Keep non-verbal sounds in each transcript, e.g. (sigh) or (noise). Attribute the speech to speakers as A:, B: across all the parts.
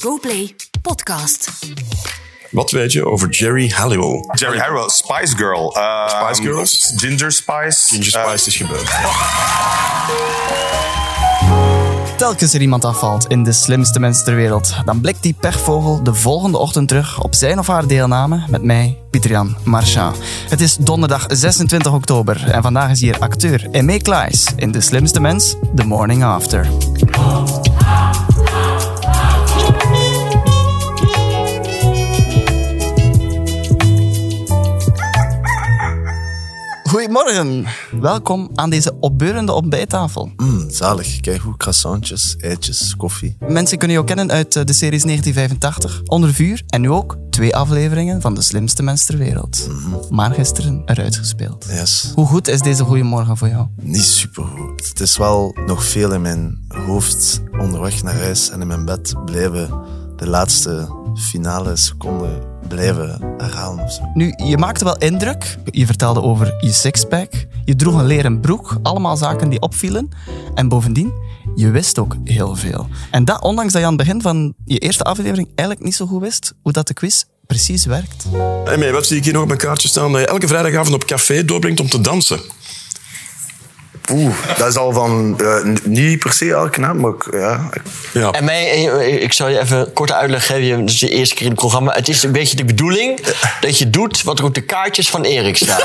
A: GoPlay Podcast.
B: Wat weet je over Jerry Halliwell?
C: Jerry Harwell, Spice Girl. ehm,
B: Spice Girls?
C: Ginger Spice.
B: Ginger
C: eh,
B: Spice is gebeurd.
D: Telkens er iemand afvalt in de slimste mens ter wereld, dan blikt die pechvogel de volgende ochtend terug op zijn of haar deelname met mij, Pieter-Jan Marchand. Het is donderdag 26 oktober en vandaag is hier acteur Aimé Klaes in De Slimste Mens, The Morning After. Goedemorgen, welkom aan deze opbeurende ontbijttafel.
E: Mm, zalig. Kijk hoe croissantjes, eitjes, koffie.
D: Mensen kunnen jou kennen uit eh, de series 1985, Onder Vuur en nu ook twee afleveringen van De Slimste Mens ter Wereld. Maar gisteren eruit gespeeld.
E: Yes.
D: Hoe goed is deze goeiemorgen voor jou?
E: Niet supergoed. Het is wel nog veel in mijn hoofd onderweg naar huis en in mijn bed blijven de laatste finale seconden blijven herhalen of zo.
D: Nu, je maakte wel indruk. Je vertelde over je sixpack. Je droeg een leren broek. Allemaal zaken die opvielen. En bovendien, je wist ook heel veel. En dat ondanks dat je aan het begin van je eerste aflevering eigenlijk niet zo goed wist hoe dat de quiz precies werkt.
B: Hey, mee, wat zie ik hier nog op mijn kaartje staan? Dat je elke vrijdagavond op café doorbrengt om te dansen.
E: Oeh, dat is al van eh, n- niet per se elke naam, maar ik- ja.
B: Ja.
F: En mij, eh, ik zal je even een korte uitleg geven. Je- Dat is je eerste keer in het programma. Het is een beetje de bedoeling dat je doet wat er op de kaartjes van Erik staat.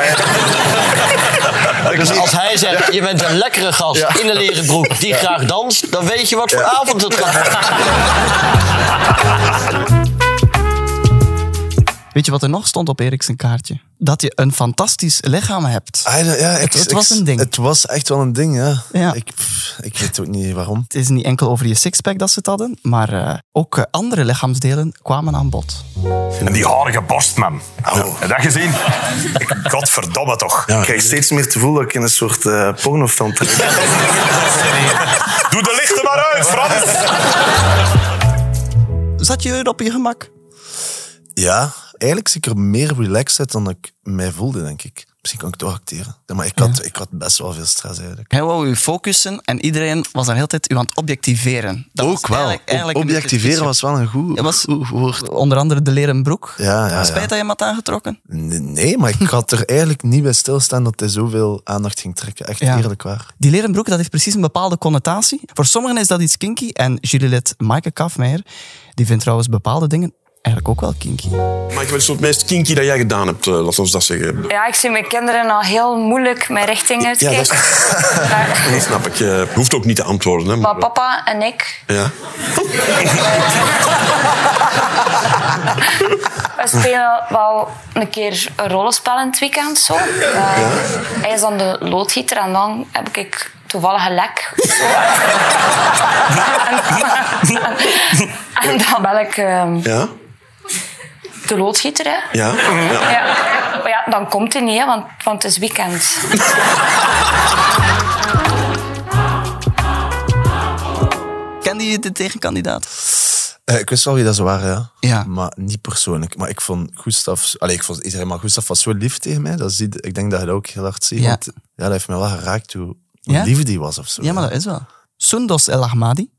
F: Dus als hij zegt, je bent een lekkere gast in een leren broek die graag danst... dan weet je wat voor avond het gaat
D: Weet je wat er nog stond op Erik zijn kaartje? Dat je een fantastisch lichaam hebt.
E: Ah, ja, ja, ik-
D: Het- het
E: ik-
D: was een ding.
E: Het was echt wel een ding, ja.
D: Ja.
E: Ik, pff, ik weet ook niet waarom.
D: Het is niet enkel over je sixpack dat ze het hadden, maar eh, ook eh, andere lichaamsdelen kwamen aan bod.
C: En die harige borst, man. Heb je dat gezien? Ik- Godverdomme toch.
E: Ik krijg steeds meer het gevoel dat ik in een soort eh, pornofilm terecht ben.
C: Doe de lichten maar uit, Frans.
D: Zat je er op je gemak?
E: Ja, eigenlijk zie ik er meer relaxed uit dan ik mij voelde, denk ik. Misschien kan ik toch acteren. Ja, maar ik had, ik had best wel veel stress eigenlijk.
D: Hij wou u focussen en iedereen was daar heel de tijd u aan het objectiveren. Dat was
E: Ook wel.
D: eigenlijk- eigenlijk
E: Ob-
D: een beetje
E: objectiveren
D: het
E: was wel een goed,
D: Het was-
E: goed woord.
D: fietsje. Onder andere de leren broek.
E: Ja, ja,
D: Spijt
E: ja.
D: dat je hem had aangetrokken.
E: N- Nee, maar ik had er eigenlijk niet bij stilstaan dat hij zoveel aandacht ging trekken. Echt
D: Ja.
E: eerlijk waar.
D: Die leren broek dat heeft precies een bepaalde connotatie. Voor sommigen is dat iets kinky en jurylid Maaike Kafmeijer die vindt trouwens bepaalde dingen eigenlijk ook wel kinky.
B: Maar ik weet het meest kinky dat jij gedaan hebt, eh, laat ons dat zeggen.
G: Ja, ik zie mijn kinderen al heel moeilijk mijn richting uitkijken.
B: dat
G: Maar-
B: Dat snap ik. Je hoeft ook niet te antwoorden. Hè,
G: (laughs)
B: eh,
G: maar papa en ik
B: Ja.
G: we spelen wel een keer een rollenspel in het weekend. Zo. Eh, Hij is dan de loodgieter en dan heb ik toevallig
B: (laughs)
G: een lek. Zo. en, en dan ben ik ehm,
B: Ja?
G: de loodgieter. Hè.
B: Ja? ja.
G: Ja. Maar ja, dan komt hij niet, hè, want, want het is weekend.
D: Kende je de tegenkandidaat?
E: Eh, ik wist wel wie dat ze waren, ja.
D: Ja.
E: Maar niet persoonlijk. Maar ik vond Gustav... Allee, ik vond iedereen, maar Gustav was zo lief tegen mij. Dat zie, ik denk dat je dat ook heel hard ziet.
D: Ja.
E: Want, ja, dat heeft me wel geraakt hoe hoe
D: Ja?
E: lief die was of zo.
D: Ja, maar dat is wel. Sundos El Ahmadi,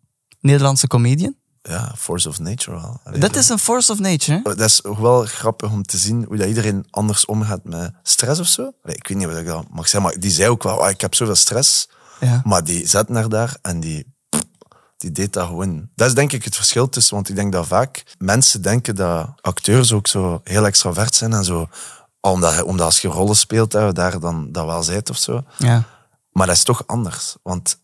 D: Nederlandse comedian.
E: Ja, Force of Nature wel. Allee,
D: Dat is een force of nature. hè?
E: dat is ook wel grappig om te zien hoe dat iedereen anders omgaat met stress of zo. Allee, ik weet niet wat ik dat mag zeggen, maar die zei ook wel, "Ah, ik heb zoveel stress.
D: Ja.
E: Maar die zat naar daar en die, die deed dat gewoon. Dat is denk ik het verschil tussen, want ik denk dat vaak mensen denken dat acteurs ook zo heel extravert zijn en zo. Omdat, je- omdat als je rollen speelt, dat je daar dan dat wel zijt of zo.
D: Ja.
E: Maar dat is toch anders, want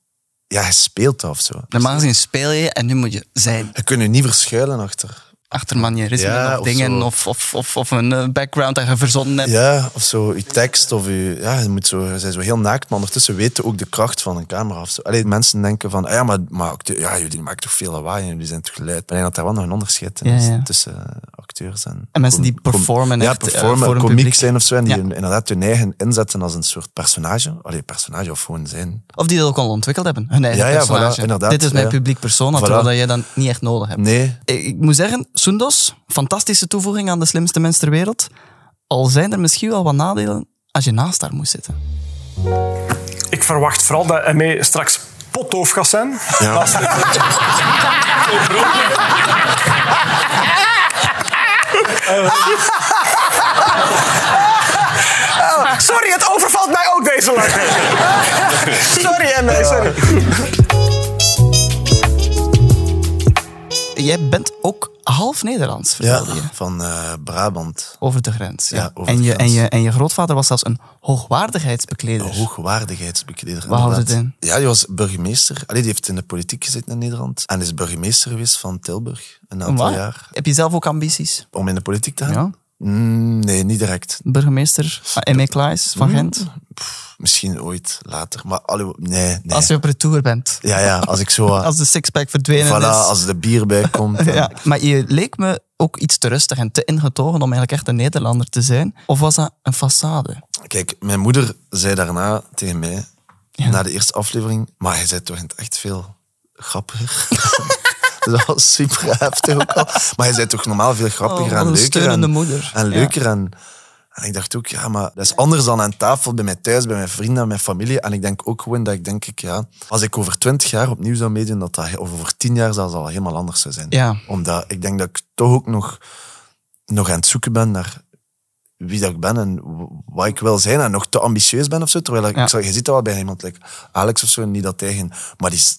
E: ja, je speelt dat of zo.
D: Normaal gezien speel je en nu moet je zijn.
E: Je kunt je niet verschuilen achter.
D: Achter manierismen
E: Ja,
D: of
E: of
D: dingen
E: zo.
D: of, of, of, of een eh, background dat je verzonnen hebt.
E: Ja, of zo, je tekst of je... Ja, je moet zo, je bent zo heel naakt, maar ondertussen weten ook de kracht van een camera of zo. Allee, mensen denken van, ah ja, maar, maar acteur, ja, jullie maken toch veel lawaai en jullie zijn toch luid. Maar ik denk dat daar wel nog een onderscheid in
D: Ja,
E: is
D: ja.
E: tussen eh, acteurs en...
D: En mensen die
E: com-
D: performen
E: Ja,
D: echt, eh,
E: performen,
D: voor een
E: komiek
D: publiek.
E: zijn of zo. En die
D: Ja.
E: inderdaad hun eigen inzetten als een soort personage. Allee, personage of gewoon zijn.
D: Of die dat ook al ontwikkeld hebben. Hun eigen
E: Ja, ja,
D: personage.
E: voilà, inderdaad,
D: Dit is mijn
E: ja.
D: publiek persona,
E: Voilà.
D: terwijl dat jij dat niet echt nodig hebt.
E: Nee,
D: Ik, ik moet zeggen, Sundos, fantastische toevoeging aan de slimste mens ter wereld. Al zijn er misschien wel wat nadelen als je naast haar moet zitten.
H: Ik verwacht vooral dat E hij mij straks potdoof gaat zijn.
B: Ja.
D: Jij bent ook half Nederlands,
E: Ja,
D: vertelde je.
E: van eh, Brabant.
D: Over de grens. Ja.
E: Ja, over
D: en,
E: de
D: je, en,
E: grens.
D: je, en je grootvader was zelfs een hoogwaardigheidsbekleder.
E: Een hoogwaardigheidsbekleder.
D: Waar houdt het
E: inderdaad. Ja, die was burgemeester. Allee, die heeft in de politiek gezeten in Nederland. En is burgemeester geweest van Tilburg een aantal
D: Waar?
E: jaar.
D: Heb je zelf ook ambities?
E: Om in de politiek te gaan?
D: Ja.
E: Mm, nee, niet direct.
D: Burgemeester M.E. Klaes
E: Hmm.
D: van Gent.
E: Misschien ooit later. Maar allee, nee, nee.
D: Als je op retour bent.
E: Ja, ja, als ik zo...
D: (laughs)
E: eh,
D: Als de sixpack verdwenen
E: voilà,
D: is.
E: als de bier bij komt.
D: (laughs)
E: en-
D: Ja, maar je leek me ook iets te rustig en te ingetogen om eigenlijk echt een Nederlander te zijn. Of was dat een façade?
E: Kijk, mijn moeder zei daarna tegen mij, na de eerste aflevering, maar hij zei toch in het echt veel grappiger. (laughs) Dat was super heftig ook al. Maar hij zei toch normaal veel grappiger
D: Oh, wat
E: en
D: een
E: leuker.
D: steunende
E: en,
D: moeder.
E: En
D: Ja.
E: leuker. En, en ik dacht ook, ja, maar dat is anders dan aan tafel, bij mij thuis, bij mijn vrienden, bij mijn familie. En ik denk ook gewoon dat ik denk, ik, ja, als ik over twintig jaar opnieuw zou meedoen, dat dat, of over tien jaar zelfs al helemaal anders zou zijn.
D: Ja.
E: Omdat ik denk dat ik toch ook nog, nog aan het zoeken ben naar wie dat ik ben en w- wat ik wil zijn en nog te ambitieus ben of zo. Terwijl ik,
D: Ja.
E: ik zou- je ziet dat wel bij iemand, like Alex of zo, niet dat tegen, maar die is,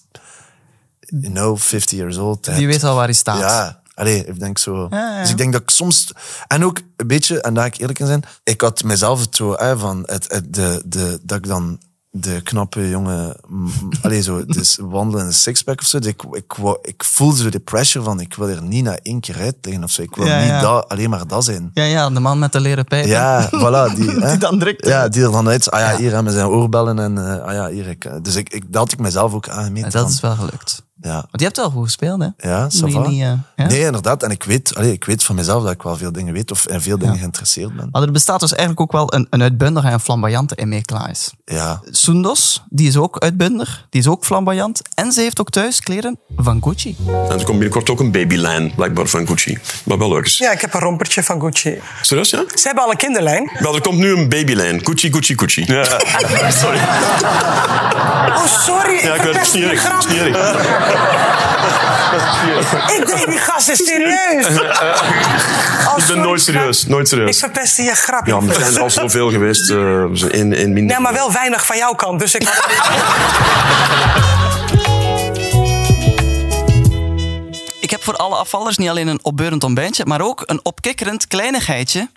E: you know, 50 years old.
D: Die weet al waar hij staat.
E: Ja, allee, ik denk zo.
D: Ja, ja.
E: Dus ik denk dat ik soms, en ook een beetje, en daar ik eerlijk in zijn, ik had mezelf het zo, hè, van het, het, de, de, dat ik dan de knappe jongen, mm, (laughs) allee, zo, dus wandelen in een sixpack of zo. Dus ik, ik, wou- ik voel zo de pressure van, ik wil er niet naar één keer uit liggen of zo. Ik wil
D: Ja,
E: niet
D: ja.
E: Dat, alleen maar dat zijn.
D: Ja, ja, de man met de leren pijp.
E: Ja, voilà. Die, hè?
D: Die dan drukt.
E: Ja, die er dan uit. Ah ja, hier hebben zijn oorbellen en eh, ah ja, hier. Ik, eh, dus ik, ik, dat had ik mezelf ook aangemeten.
D: Dat is
E: van,
D: wel gelukt.
E: Ja,
D: Want je hebt wel goed gespeeld, hè?
E: ja ça
D: Moet je
E: va.
D: niet, eh, ja?
E: Nee, inderdaad. En ik weet, allee, ik weet van mezelf dat ik wel veel dingen weet of in veel dingen geïnteresseerd ben.
D: Maar er bestaat dus eigenlijk ook wel een, een uitbundige en flamboyante M.E. Klaes.
E: Ja,
D: Soendos, die is ook uitbundig, die is ook flamboyant. En ze heeft ook thuis kleren van Gucci.
B: En er komt binnenkort ook een babylijn, blijkbaar, van Gucci. Maar wel leuk is.
I: Ja, ik heb een rompertje van Gucci.
B: Serieus, ja?
I: Ze hebben al een kinderlijn.
B: Wel, er komt nu een babylijn. Gucci, Gucci, Gucci. Ja, sorry.
I: Oh, sorry.
B: Ja, ik weet het.
I: verpest die
B: Snierig.
I: grap.
B: Snierig.
I: Ik denk, die gast is serieus. Oh,
B: Ik
I: sorry,
B: ben nooit serieus. Nooit
I: Ik
B: serieus.
I: verpest je grap.
B: Ja, maar er zijn er al zoveel geweest. eh in, in minder.
I: Nee, maar wel weinig van jouw kant. Dus ik
D: Ik heb voor alle afvallers niet alleen een opbeurend ontbijtje, maar ook een opkikkerend kleinigheidje.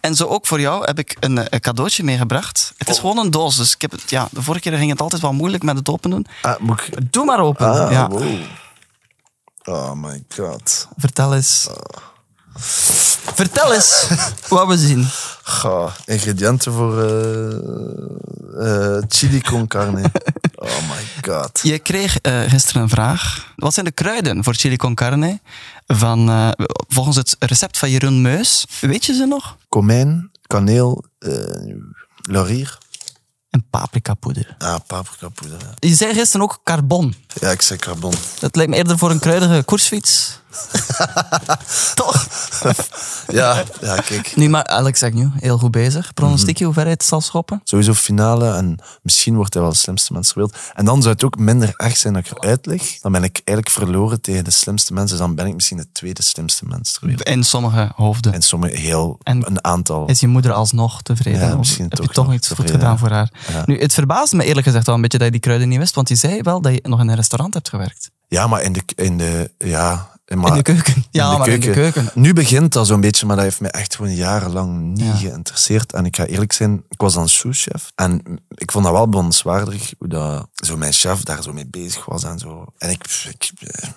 D: En zo ook voor jou heb ik een, eh, een cadeautje meegebracht. Het is
E: Oh.
D: gewoon een doos, dus ik heb het, ja, de vorige keer ging het altijd wel moeilijk met het open doen.
E: ah, moet ik...
D: Doe maar open.
E: Ah,
D: ja.
E: wow. Oh my god.
D: Vertel eens. Vertel eens
E: Ah.
D: wat we zien.
E: Ga, ingrediënten voor eh, eh, chili con
D: (laughs)
E: carne. Oh my god.
D: Je kreeg eh, gisteren een vraag. Wat zijn de kruiden voor chili con carne? Van, eh, volgens het recept van Jeroen Meus. Weet je ze nog?
E: Komijn, kaneel, eh laurier.
D: En paprikapoeder.
E: Ah, paprikapoeder. ja.
D: Je zei gisteren ook carbon.
E: Ja, ik zei carbon.
D: Dat lijkt me eerder voor een kruidige koersfiets. Toch?
E: (laughs) Ja, ja, kijk.
D: Nu maar Alex Agnew, heel goed bezig. Pronostiekje hoe ver hij het zal schoppen.
E: Sowieso finale en misschien wordt hij wel de slimste mens ter wereld. En dan zou het ook minder echt zijn dat ik eruit lig. Dan ben ik eigenlijk verloren tegen de slimste mensen. Dus dan ben ik misschien de tweede slimste mens ter wereld.
D: In sommige hoofden.
E: En sommige heel,
D: En-
E: een aantal.
D: Is je moeder alsnog tevreden?
E: Ja,
D: Of
E: misschien
D: heb je
E: toch
D: toch
E: nog
D: iets goed
E: tevreden,
D: gedaan
E: ja.
D: voor haar?
E: Ja.
D: Nu, het verbaasde me eerlijk gezegd wel een beetje dat je die kruiden niet wist, want je zei wel dat je nog in een restaurant hebt gewerkt.
E: Ja, maar in de, in de, ja, maar,
D: in de keuken. Ja,
E: in de
D: maar in de keuken.
E: Nu begint dat zo'n beetje, maar dat heeft me echt gewoon jarenlang niet
D: Ja.
E: geïnteresseerd. En ik ga eerlijk zijn, ik was dan souschef. En ik vond dat wel bewonderenswaardig hoe dat, zo mijn chef daar zo mee bezig was en zo. En ik, ik eh,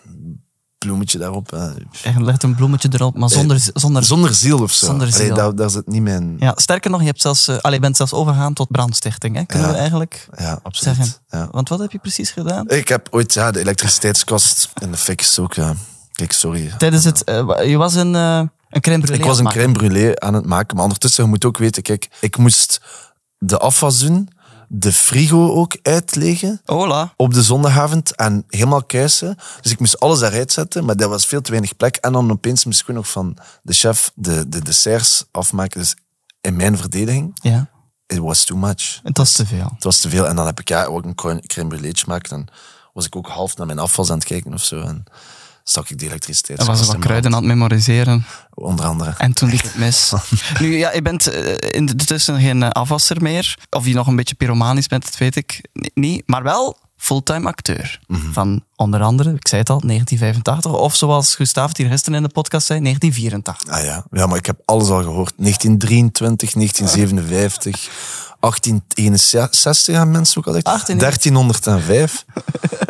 E: bloemetje daarop. eh,
D: En legt een bloemetje erop, maar zonder... zonder,
E: Zonder ziel of zo.
D: Zonder
E: Allee,
D: ziel.
E: daar, daar zit niet mijn... Ja,
D: Ja, sterker nog, je, hebt zelfs, eh, allee, je bent zelfs overgegaan tot brandstichting. Hè? Kunnen
E: Ja.
D: we eigenlijk zeggen.
E: absoluut. Ja.
D: Want wat heb je precies gedaan?
E: Ik heb ooit ja, de elektriciteitskast in de fik ook. Ja. Kijk, sorry.
D: Tijdens het... eh, wa- je was een, eh een crème brûlée
E: Ik was
D: aan
E: een
D: het maken.
E: crème brûlée aan het maken. Maar ondertussen, je moet ook weten, kijk, ik moest de afwas doen, de frigo ook uitleggen
D: Hola.
E: op de zondagavond en helemaal kuisen. Dus ik moest alles daaruit zetten, maar dat was veel te weinig plek. En dan opeens moest ik ook nog van de chef de, de desserts afmaken. Dus in mijn verdediging,
D: Ja,
E: it was too much.
D: het was te veel.
E: Het was te veel. En dan heb ik ja, ook een crème crème brûlée gemaakt. En was ik ook half naar mijn afwas aan het kijken of zo. En stak ik die elektriciteit.
D: Dan was er wat kruiden aan het memoriseren.
E: Onder andere.
D: En toen liep het
E: (laughs)
D: mis. nu, ja, je bent eh, intussen geen eh, afwasser meer. Of je nog een beetje pyromanisch bent, dat weet ik ni- niet. Maar wel fulltime acteur.
E: Mhm.
D: Van onder andere, ik zei het al, 1985. Of zoals Gustav het hier gisteren in de podcast zei, 1984.
E: Ah ja. ja, maar ik heb alles al gehoord. 1923, 1957, 1861 aan mensen ook al echt.
D: 18.
E: 1305.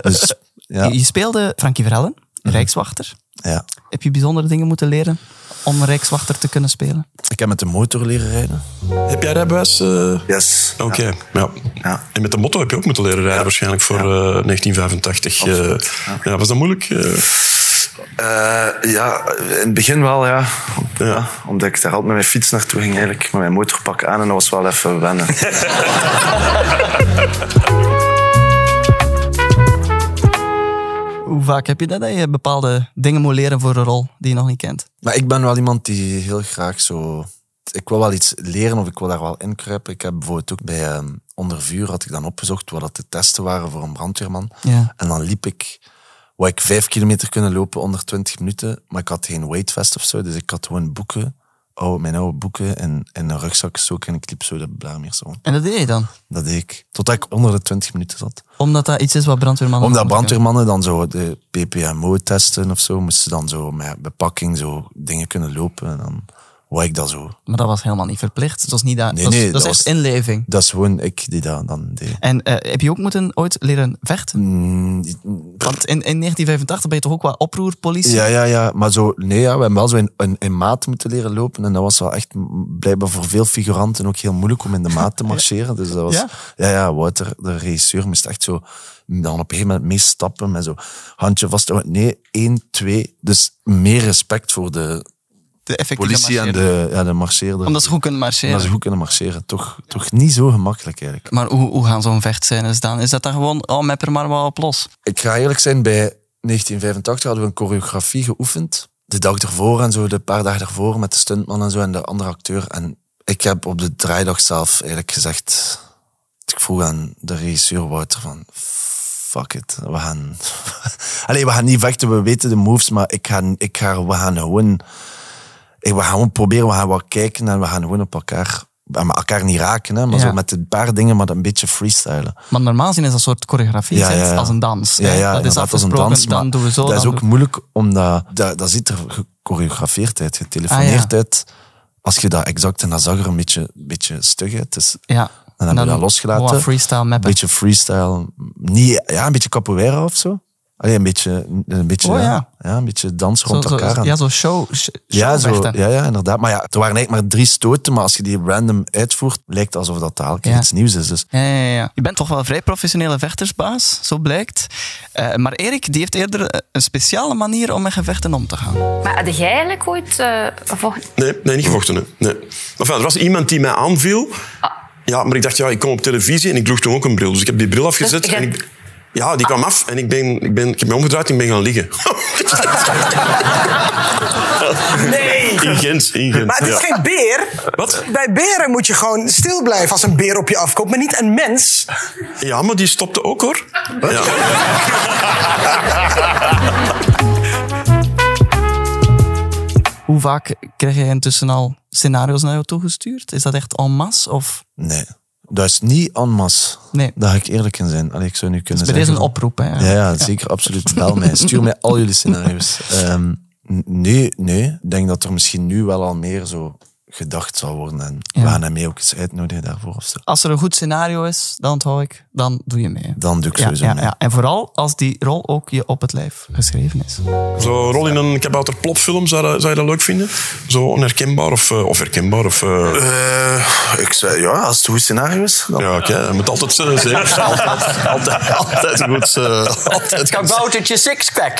E: Dus ja,
D: Je, je speelde Frankie Verellen, Rijkswachter.
E: ja.
D: Heb je bijzondere dingen moeten leren om Rijkswachter te kunnen spelen?
E: Ik heb met de motor leren rijden.
B: Heb jij rijbewijs? eh?
J: Yes.
B: Oké, ja.
J: Ja.
B: En met de motto heb je ook moeten leren rijden waarschijnlijk voor eh, 1985. eh. ja. was dat moeilijk? Eh,
J: Eh, ja, in het begin wel, ja. ja. Omdat ik daar altijd met mijn fiets naartoe ging, eigenlijk. Met mijn motorpak aan en dat was wel even wennen.
D: Hoe vaak heb je dat, dat je bepaalde dingen moet leren voor een rol die je nog niet kent?
E: (laughs) Maar ik ben wel iemand die heel graag zo... Ik wil wel iets leren of ik wil daar wel in kruipen. Ik heb bijvoorbeeld ook bij eh, Onder Vuur had ik dan opgezocht wat dat de testen waren voor een brandweerman.
D: Ja.
E: En dan liep ik, wou ik vijf kilometer kunnen lopen onder 20 minuten, maar ik had geen weightvest of zo, dus ik had gewoon boeken, oude, mijn oude boeken in, in een rugzak gestoken en ik liep zo de Blaarmeers rond.
D: En dat deed je dan?
E: Dat deed ik, totdat ik onder de 20 minuten zat.
D: Omdat dat iets is wat brandweermannen...
E: Omdat
D: allemaal kunnen.
E: brandweermannen dan zo de PPMO testen of zo, moesten ze dan zo met bepakking zo dingen kunnen lopen en dan wou ik dat zo.
D: Maar dat was helemaal niet verplicht. Dat was niet dat.
E: Nee,
D: dat, is-
E: nee,
D: dat is
E: dat
D: echt
E: was-
D: inleving.
E: Dat is gewoon ik die dat dan deed.
D: En eh, heb je ook moeten ooit leren vechten?
E: Mm, die-
D: Want in, in 1985 ben je toch ook wel oproerpolitie?
E: Ja, ja, ja. Maar zo, nee, ja, we hebben wel zo in, in, in maat moeten leren lopen. En dat was wel echt m- blijkbaar voor veel figuranten ook heel moeilijk om in de
D: (laughs)
E: maat te marcheren. Dus dat was,
D: Ja?
E: ja? ja, Wouter, de regisseur, moest echt zo dan op een gegeven moment meestappen met zo handje vast. Nee, één, twee. Dus meer respect voor de
D: de effectieve
E: politie en
D: marcheerder.
E: de, ja, de marcheerder.
D: Omdat ze goed kunnen
E: Omdat
D: marcheren.
E: ze goed kunnen marcheren. Toch, toch niet zo gemakkelijk eigenlijk.
D: Maar hoe, hoe gaan zo'n vechtscènes dan? Is dat dan gewoon, oh, mep er maar wel op los?
E: ik ga eerlijk zijn, bij 1985 hadden we een choreografie geoefend. De dag ervoor en zo, de paar dagen ervoor met de stuntman en zo en de andere acteur. En ik heb op de draaidag zelf eigenlijk gezegd... Ik vroeg aan de regisseur Wouter van... Fuck it, we gaan... (laughs) Allee, we gaan niet vechten, we weten de moves, maar ik ga, ik ga, we gaan gewoon... Ik, we gaan gewoon proberen, we gaan wat kijken en we gaan gewoon op elkaar... en Maar elkaar niet raken, hè, maar
D: Ja.
E: zo met een paar dingen, maar dan een beetje freestylen.
D: Maar normaal gezien is dat een soort choreografie,
E: Ja,
D: het is
E: ja, ja.
D: als een dans.
E: Ja,
D: hè?
E: ja,
D: dat is
E: inderdaad,
D: afgesproken,
E: als een dans,
D: dan
E: maar
D: doen we zo.
E: Dat is
D: dan
E: ook
D: doen
E: moeilijk, omdat dat, dat ziet er gechoreografeerd uit, getelefoneerd
D: Ah, ja.
E: uit. Als je dat exact en dat zag er een beetje, beetje stug uit. Dus
D: we- Ja.
E: dan hebben we dat losgelaten.
D: Wow, freestyle
E: Een
D: mappen.
E: beetje freestyle. Niet, ja, een beetje capoeira of zo. Alleen een beetje, een beetje,
D: Oh, ja.
E: ja. een beetje dans
D: Zo-
E: rond
D: zo-
E: elkaar.
D: ja, zo show, sh-
E: ja, zo,
D: showvechten.
E: ja, ja, inderdaad. Maar ja, er waren eigenlijk maar drie stoten, maar als je die random uitvoert, lijkt het alsof dat dadelijk
D: Ja.
E: iets nieuws is. Dus
D: Ja, ja, ja. Je bent toch wel een vrij professionele vechtersbaas, zo blijkt. Eh, maar Erik die heeft eerder eh, een speciale manier om met gevechten om te gaan.
G: Maar had jij eigenlijk ooit... eh, gevochten?
B: Nee, nee, niet gevochten. hè. Nee. Enfin, er was iemand die mij aanviel. Ja, maar ik dacht, ja, ik kom op televisie en ik droeg toen ook een bril. Dus ik heb die bril afgezet
G: Dus je
B: en
G: hebt-
B: ik... Ja, die kwam af en ik, ben, ik, ben, ik heb me omgedraaid en ik ben gaan liggen. (laughs)
I: Nee!
B: In Gent, in Gent.
I: Maar het is
B: ja.
I: geen beer.
B: Wat?
I: Bij beren moet je gewoon stil blijven als een beer op je afkomt, maar niet een mens.
B: Ja, maar die stopte ook, hoor. Ja.
D: Hoe vaak krijg jij intussen al scenario's naar jou toegestuurd? Is dat echt en masse? Of
E: nee, dat is niet en masse.
D: Nee. Dus
E: Daar ga ik eerlijk in zijn. Allee, ik zou nu kunnen
D: bij
E: zeggen
D: deze een
E: van-
D: oproep? Hè?
E: Ja, ja, zeker, absoluut. Bel mij. Stuur mij al jullie
D: (laughs)
E: scenario's. Ehm, n- nee, nee. Ik denk dat er misschien nu wel al meer zo gedacht zal worden. En we gaan hem mee ook eens uitnodigen daarvoor of zo.
D: Als er een goed scenario is, dan onthoud ik, dan doe je mee.
E: Dan doe ik
D: Ja,
E: sowieso
D: ja,
E: mee.
D: ja. En vooral als die rol ook je op het lijf geschreven is.
B: Zo'n rol in een kabouterplopfilm, zou, dat- zou je dat leuk vinden? Zo onherkenbaar of, eh, of herkenbaar? Of, eh,
J: Eh, ik zei, ja, als het een goed scenario is, dan...
B: Ja, (laughs) oké. Het moet altijd zijn, zeker. (laughs) Altijd, altijd, altijd een goed... eh, altijd goed.
F: Kaboutertje sixpack.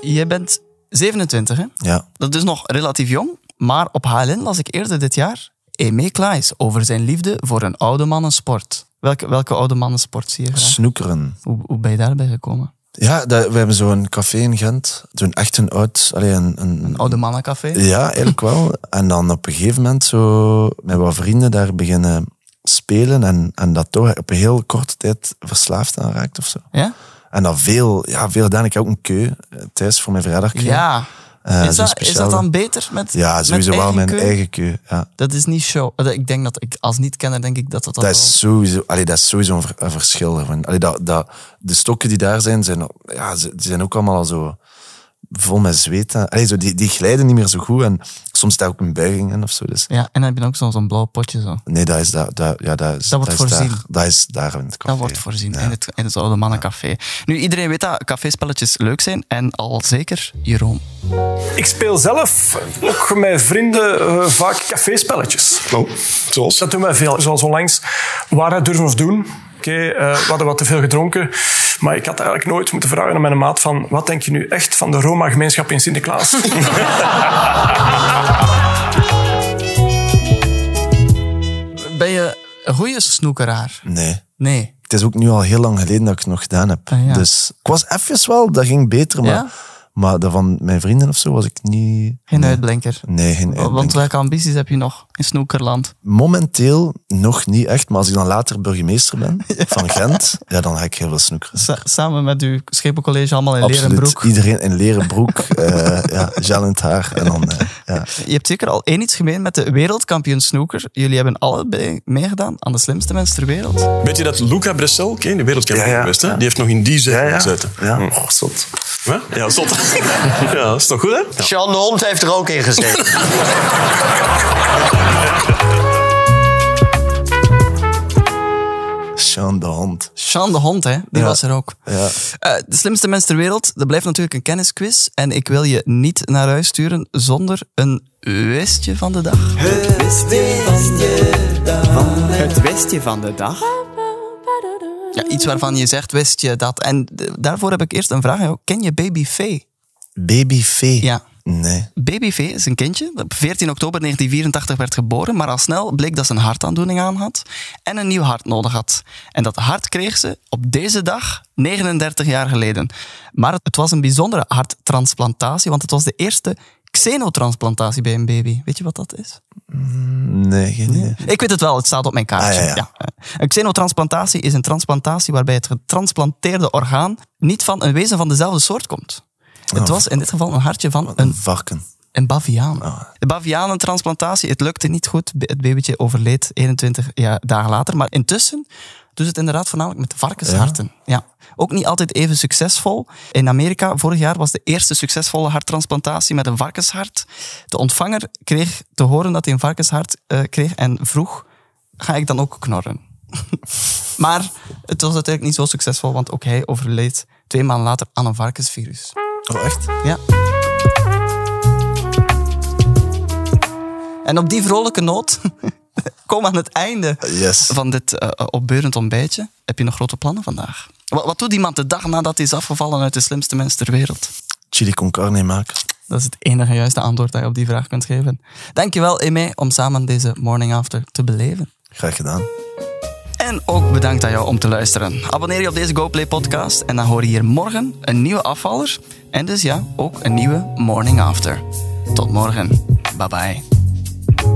D: Je bent 27, hè?
E: Ja.
D: Dat is nog relatief jong, maar op HLN las ik eerder dit jaar Aimé Klaes over zijn liefde voor een oude mannensport. Welke, welke oude mannensport zie je graag?
E: Snoekeren.
D: Hoe, hoe ben je daarbij gekomen?
E: Ja, dat, we hebben zo'n café in Gent. Toen echt een oud... Allee, een, een,
D: Een oude mannencafé?
E: Ja, eigenlijk wel. En dan op een gegeven moment zo met wat vrienden daar beginnen spelen en, en dat toch op een heel korte tijd verslaafd aan raakt of zo.
D: Ja?
E: En dat veel, ja, veel dan. Ik heb ook een keu eh, thuis voor mijn verjaardag gekregen.
D: Ja.
E: Eh,
D: is, dat,
E: zo'n
D: is dat
E: speciale-
D: dan beter met
E: Ja,
D: met
E: sowieso wel mijn
D: keu?
E: eigen keu. Ja.
D: Dat is niet show. eh, Ik denk dat ik als niet-kenner denk ik dat dat, dat
E: Dat is sowieso, allee, dat is sowieso een, ver- een verschil. gewoon. Allee, dat, dat, de stokken die daar zijn, zijn, ja, ze- die zijn ook allemaal al zo vol met zweet. hè. Allee, zo, die, die glijden niet meer zo goed. En soms staat ook een buiging in of zo. Dus,
D: wel- Ja, en dan heb je ook zo'n zo'n blauw potje zo.
E: nee, dat is daar. Dat, ja, dat, is,
D: Dat wordt
E: is
D: voorzien.
E: Daar, dat is daar in het café.
D: Dat wordt voorzien in, het, in het oude mannencafé. Nu, iedereen weet dat caféspelletjes leuk zijn. En al zeker Jeroen.
H: Ik speel zelf, ook met vrienden, eh, vaak caféspelletjes.
B: Oh, zoals?
H: Dus Dat doen wij veel. Zoals onlangs, waarheid durven of doen. Oké, eh, we hadden wat te veel gedronken. Maar ik had eigenlijk nooit moeten vragen aan mijn maat van... Wat denk je nu echt van de Roma-gemeenschap in Sinterklaas? (laughs)
D: Ben je een goede snoekeraar?
E: Nee.
D: Nee.
E: Het is ook nu al heel lang geleden dat ik het nog gedaan heb.
D: Ah, ja.
E: Dus ik was even wel, dat ging beter. Maar,
D: Ja?
E: maar dat van mijn vrienden of zo was ik niet.
D: Geen uitblinker.
E: Nee, geen
D: Want
E: uitblinker.
D: welke ambities heb je nog in snoekerland?
E: Momenteel nog niet echt, maar als ik dan later
D: (laughs)
E: burgemeester ben van Gent, ja, dan ga ik heel veel snoekeren.
D: Sa- samen met uw schepencollege allemaal in leren
E: Absoluut.
D: broek.
E: Iedereen in leren
D: (laughs)
E: broek, eh, ja, gel in het haar. En dan, eh, ja.
D: Je hebt zeker al één iets gemeen met de wereldkampioen snoeker. Jullie hebben allebei meegedaan aan de slimste mensen ter wereld.
B: Weet je dat Luca Bressel, ken je, de wereldkampioen
J: Ja, ja.
B: geweest, hè? die heeft nog in die zet
J: Ja, ja.
B: gezeten.
J: ja. Oh, zot.
B: Hè? Ja, zot. (laughs) ja, dat is toch goed, hè?
F: Sean de Hond heeft er ook in gezeten.
E: Sean de Hond.
D: Sean de Hond, hè? Die
E: Ja.
D: was er ook.
E: Ja.
D: Eh, de slimste mensen ter wereld, dat blijft natuurlijk een kennisquiz. En ik wil je niet naar huis sturen zonder een westje van de dag. Het westje van de dag. Het westje van de dag. Ja, iets waarvan je zegt, wist je dat? En eh, daarvoor heb ik eerst een vraag. aan jou. Ken je Baby Faye?
E: Baby Fee.
D: Ja.
E: Nee.
D: Baby V is een kindje dat op 14 oktober 1984 werd geboren, maar al snel bleek dat ze een hartaandoening aan had en een nieuw hart nodig had. En dat hart kreeg ze op deze dag 39 jaar geleden. Maar het was een bijzondere harttransplantatie, want het was de eerste xenotransplantatie bij een baby. Weet je wat dat is?
E: Nee, geen idee.
D: Ik weet het wel, het staat op mijn kaartje.
E: Ah, ja, ja.
D: Ja. Een xenotransplantatie is een transplantatie waarbij het getransplanteerde orgaan niet van een wezen van dezelfde soort komt. Het was in dit geval een hartje van een
E: Oh. Een varken.
D: een baviaan. De bavianentransplantatie, het lukte niet goed. Be- Het babytje overleed 21 ja, dagen later. Maar intussen doet het inderdaad voornamelijk met varkensharten. Ja. Ook niet altijd even succesvol. In Amerika, vorig jaar, was de eerste succesvolle harttransplantatie met een varkenshart. De ontvanger kreeg te horen dat hij een varkenshart eh, kreeg en vroeg, ga ik dan ook knorren? (laughs) maar het was uiteindelijk niet zo succesvol, want ook hij overleed twee maanden later aan een varkensvirus.
E: Oh, echt?
D: Ja. En op die vrolijke noot (laughs) kom aan het einde
E: Yes.
D: van dit eh, eh, opbeurend ontbijtje. Heb je nog grote plannen vandaag? Wat, wat doet iemand de dag nadat hij is afgevallen uit de slimste mens ter wereld?
E: Chili con carne maken.
D: Dat is het enige juiste antwoord dat je op die vraag kunt geven. Dankjewel, Aimé, om samen deze morning after te beleven.
E: Graag gedaan.
D: En ook bedankt aan jou om te luisteren. Abonneer je op deze GoPlay podcast en dan hoor je hier morgen een nieuwe afvaller. En dus ja, ook een nieuwe Morning After. Tot morgen. Bye bye.